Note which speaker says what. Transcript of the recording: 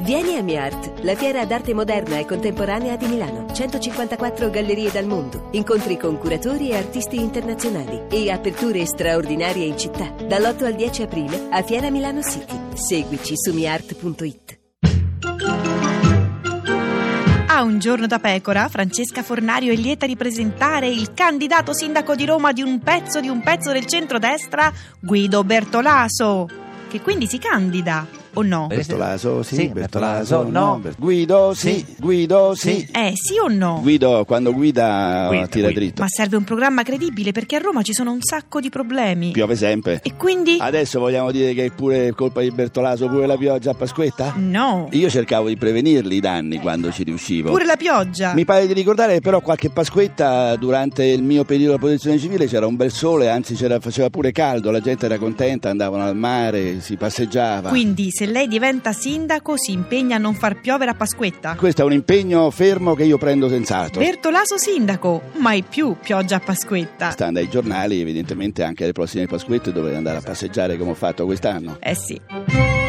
Speaker 1: Vieni a MiArt, la fiera d'arte moderna e contemporanea di Milano. 154 gallerie dal mondo, incontri con curatori e artisti internazionali e aperture straordinarie in città. Dall'8 al 10 aprile a Fiera Milano City. Seguici su miart.it.
Speaker 2: A un giorno da pecora, Francesca Fornario è lieta di presentare il candidato sindaco di Roma di un pezzo di un pezzo del centrodestra, Guido Bertolaso, che quindi si candida, o no?
Speaker 3: Eh. Bertolaso, sì,
Speaker 4: Sì,
Speaker 3: Bertolaso,
Speaker 4: Bertolaso, no.
Speaker 3: Ber- Guido, sì,
Speaker 4: Sì.
Speaker 3: Guido, sì.
Speaker 2: Eh, sì o no?
Speaker 3: Guido, quando guida,
Speaker 4: Guida,
Speaker 3: tira
Speaker 4: guida.
Speaker 3: dritto.
Speaker 2: Ma serve un programma credibile perché a Roma ci sono un sacco di problemi.
Speaker 3: Piove sempre.
Speaker 2: E quindi?
Speaker 3: Adesso vogliamo dire che è pure colpa di Bertolaso, pure la pioggia a Pasquetta?
Speaker 2: No.
Speaker 3: Io cercavo di prevenirli i danni quando ci riuscivo.
Speaker 2: Pure la pioggia.
Speaker 3: Mi pare di ricordare che però qualche Pasquetta durante il mio periodo della protezione civile c'era un bel sole, anzi c'era- faceva pure caldo, la gente era contenta, andavano al mare, si passeggiava.
Speaker 2: Quindi, se lei diventa sindaco, si impegna a non far piovere a Pasquetta.
Speaker 3: Questo è un impegno fermo che io prendo senz'altro.
Speaker 2: Bertolaso sindaco, mai più pioggia a Pasquetta.
Speaker 3: Stando ai giornali, evidentemente anche alle prossime Pasquette dovrei andare a passeggiare come ho fatto quest'anno.
Speaker 2: Eh sì.